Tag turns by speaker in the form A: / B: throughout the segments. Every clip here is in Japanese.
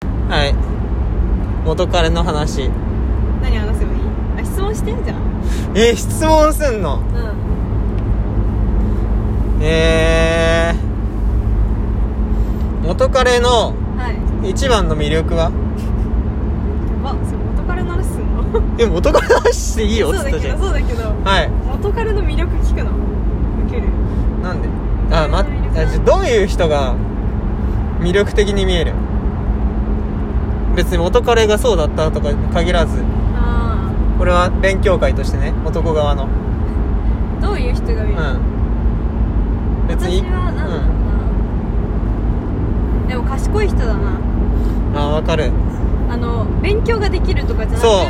A: はい元彼の話
B: 何話せばいいあ質問してじゃん
A: えー、質問すんの
B: うん
A: えー、元彼の
B: はい
A: 一番の魅力は
B: やばそれ元彼の話すんの
A: え元彼の話していいよ
B: そ
A: っ
B: う
A: つっ
B: だ
A: た
B: け
A: じゃん
B: どそうだけど
A: はい
B: 元彼の魅力聞くのウケる
A: なんであ、ま、あじゃあどういう人が魅力的に見える別に元彼がそうだったとかに限らず
B: あ
A: これは勉強会としてね男側の
B: あどういう人が見る、
A: うん別に
B: 私は何だろうな、でも賢い人だ
A: うん、
B: な
A: あ分かる
B: あの勉強ができるとかじゃなく
A: そう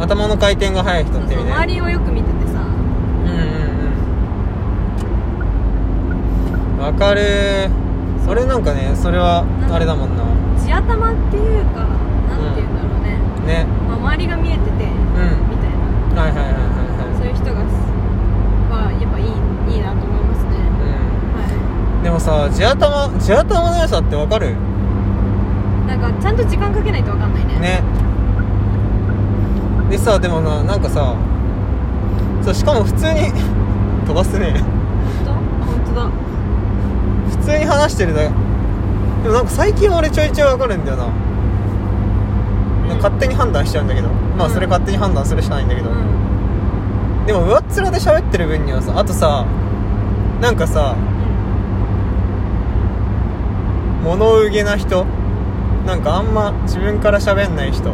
A: 頭の回転が速い人
B: そう
A: って意
B: そう
A: 味ね
B: 周りをよく見ててさ
A: うんうんうん分かるそれなんかねそれはあれだもんな
B: 地頭っていうかなんていうんだろうね、
A: ね
B: まあ、周りが見えててみ
A: うん
B: たい
A: は
B: な
A: いはいはいはい
B: そういう人がはやっぱいいいいなと思います
A: は
B: ねはい
A: うんでもさ地頭地頭の良さって分かる
B: なんかちゃんと時間かけないとわかんないね
A: ねでさでもななんかさそうしかも普通に 飛ばすね
B: 本当本当だ
A: 普通に話してるだけでもなんか最近俺ちょいちょい分かるんだよな
B: うん
A: 勝手に判断しちゃうんだけどまあ
B: うん
A: それ勝手に判断するしかないんだけ
B: う
A: ど、
B: ん
A: でも上っ面で喋ってる分にはさあとさなんかさ物憂げな人なんかあんま自分から喋んない人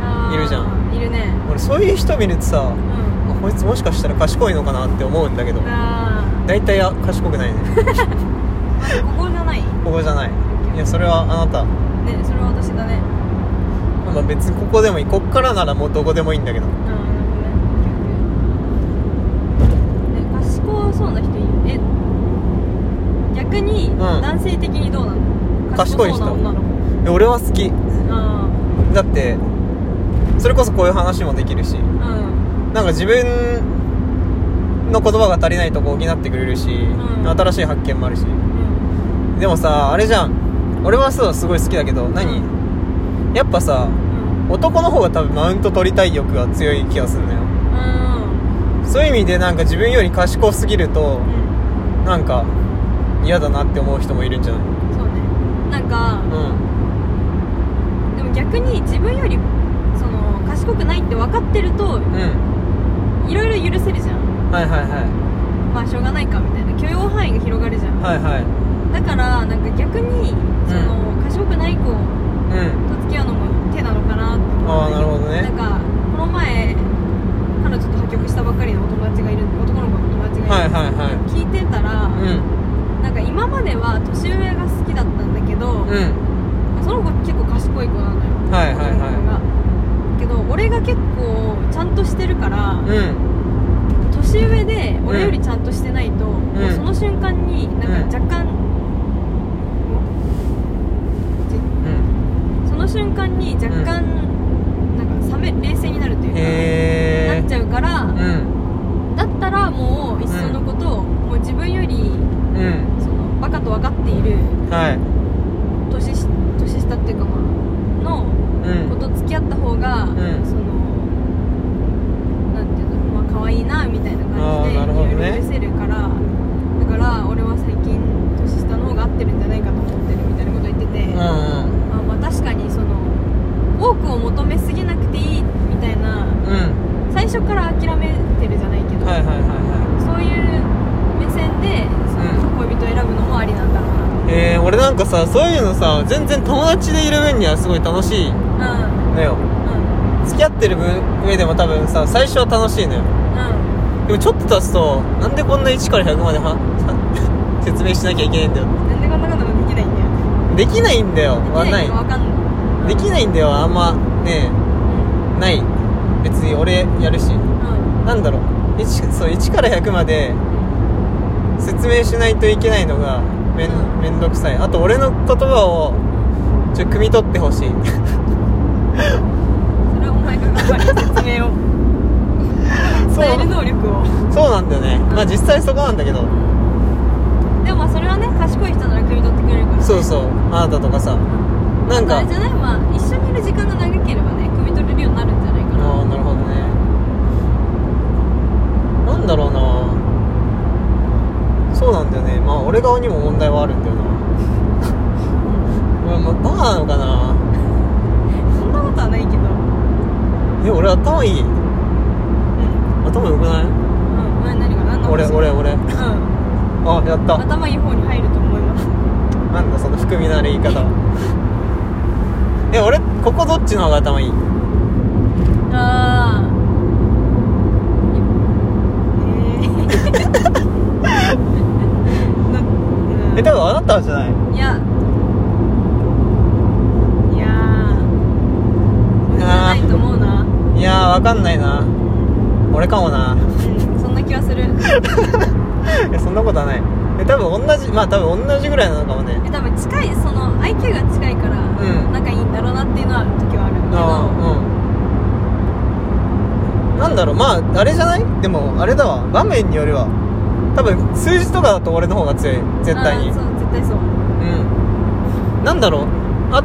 B: あー
A: いるじゃん
B: い るね
A: 俺そういう人見るとさ
B: うん
A: あこいつもしかしたら賢いのかなって思うんだけど
B: あ
A: 大体あ賢く ないね
B: ーあここじゃないね
A: ここじゃないいやそれはあなた
B: それは私だね
A: まあ別にここでもいいこっからならもうどこでもいいんだけど
B: うんね賢そうな人いるえ逆に
A: ん
B: 男性的にどうなの
A: 賢い人
B: そうな女の子
A: で俺は好き
B: あ
A: だってそれこそこういう話もできるし
B: ーうん
A: なんか自分の言葉が足りないとこ補ってくれるし、
B: ん
A: 新しい発見もあるし
B: うん
A: でもさあれじゃん俺はそうすごい好きだけど何やっぱさ
B: うん
A: 男の方が多分マウント取りたい欲が強い気がするのよ
B: うん
A: そういう意味でなんか自分より賢すぎると
B: うん
A: なんか嫌だなって思う人もいるんじゃない
B: そうねなんか
A: う
B: でも逆に自分よりその賢くないって分かってると
A: んうん
B: いろいろ許せるじゃん
A: はいはいは
B: まあしょうがないかみたいな許容範囲が広がるじゃん
A: いはいは
B: だからなんか逆にその賢くない
A: い
B: 子
A: うん
B: と付き合うのも手なのかなって
A: ああなるほどね
B: なんかこの前彼女と破局したばっかりのお友達がいる男の子の友達
A: は
B: がい
A: い
B: る、
A: はいは
B: 聞いてたら、
A: いうん
B: なんか今までは年上が好きだったんだけど、
A: うん
B: その子結構賢い子なのよ
A: はいはい
B: 男の子
A: は
B: がけど俺が結構ちゃんとしてるから、
A: いうん
B: 年上で俺よりちゃんとしてないと、もうその瞬間になんか若干、
A: うん
B: その瞬間に若干、なんか冷め冷静になるというか、
A: へ
B: なっ
A: え
B: ちゃうから、
A: うん
B: だったらもういっそのこと、もう自分よ
A: う
B: り
A: ん
B: そのバカと分かっている
A: はい
B: 年し年下っていうかまあの
A: うん
B: 子と付き合った方が、
A: ん
B: そのなんていうのまあ可愛いなみたいな感じで
A: あーなるほどね
B: 許せるからだから俺は最近年下の方が合ってるんじゃないかと思ってるみたいなこと言ってて、
A: うんう
B: ま
A: ん
B: あ、まあ確かにその多くを求めすぎなくていいみたい
A: う
B: な
A: ん
B: 最初から諦めてるじゃないけど、
A: はいはいはいは
B: そういう目線でその恋人を選ぶのもありなんだろ
A: いえー、俺なんかさそういうのさ全然友達でいる分にはすごい楽しいう
B: なうん
A: のよ
B: うん
A: 付き合ってる分上でも多分さ最初は楽しいのよ
B: う
A: でもちょっと経つとなんでこんな1から100までは 説明しなきゃいけないんだよ
B: んなんでこんなことができないんだよ
A: できないんだよは
B: でき
A: な
B: ない
A: い
B: のわかんない
A: できないんだよあんまね
B: うん
A: ない別に俺やるし
B: うん
A: なんだろう 1, そう1から100まで説明しないといけないのがめんめんどくさいあと俺の言葉をちょ汲み取ってほしい
B: それはお前が頑張り説明を
A: そう
B: 伝える能力を
A: そうなんだよねまあ実際そこなんだけど
B: でもまあそれはね賢い人なら汲み取ってくれるから
A: そうそうあなたとかさ
B: うん
A: なん
B: まあ
A: か
B: あれじゃないまあ一緒にいる時間が長ければね汲み取れるようになるんじゃないか
A: ああな
B: な
A: るほどねなんだろうなそうなんだよねまあ俺側にも問題はあるんだ よな俺、まあ、バカなのかな
B: そんなことはないけどうん
A: え俺頭いい頭良くない
B: うん前何が何の話
A: 俺俺俺
B: うん
A: あやった
B: 頭いい方に入ると思います
A: なんだその含みのある言い方え俺ここどっちの方が頭いい
B: ああえ
A: え多分あなたじゃない
B: いやいや俺じゃないと思うない
A: やーわかんないな俺かもな
B: うんそんな気はする
A: いやそんなことはないえ多分同じまあ多分同じぐらいなのかもね
B: え多分近いその IQ が近いから
A: うん
B: 仲いいんだろうなっていうのは時 はあるけ
A: あ
B: ど
A: あうんなんだろうまああれじゃないでもあれだわ画面によりは多分数字とかだと俺の方が強い絶対に
B: あーそう絶対そう
A: うんなんだろうあ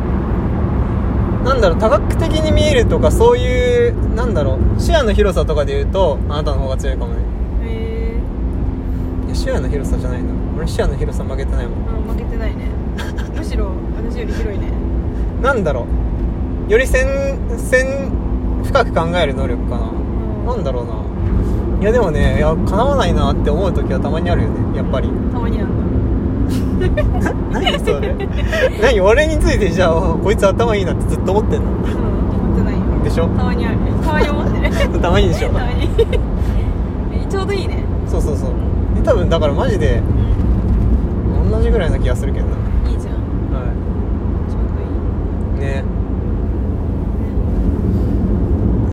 A: なんだろう多角的に見えるとかそういうなんだろう視野の広さとかで言うとあなたの方が強いかもね
B: へえ
A: いや視野の広さじゃないな俺視野の広さ負けてないもん
B: うん負けてないねむしろ私より広いね
A: なんだろうよりせんせん深く考える能力かな
B: う
A: な
B: ん
A: んだろうないやでもねいや叶わないなって思う時はたまにあるよねやっぱり
B: たまになんだ
A: 何それ何俺についてじゃあこいつ頭いいなってずっと思ってんの
B: うん思ってないよ
A: でしょ
B: たまにあるたまに思 ってる
A: たまにでしょ
B: たまにえちょうどいいね
A: そうそうそうで多分だからマジで
B: うん
A: 同じぐらいな気がするけどな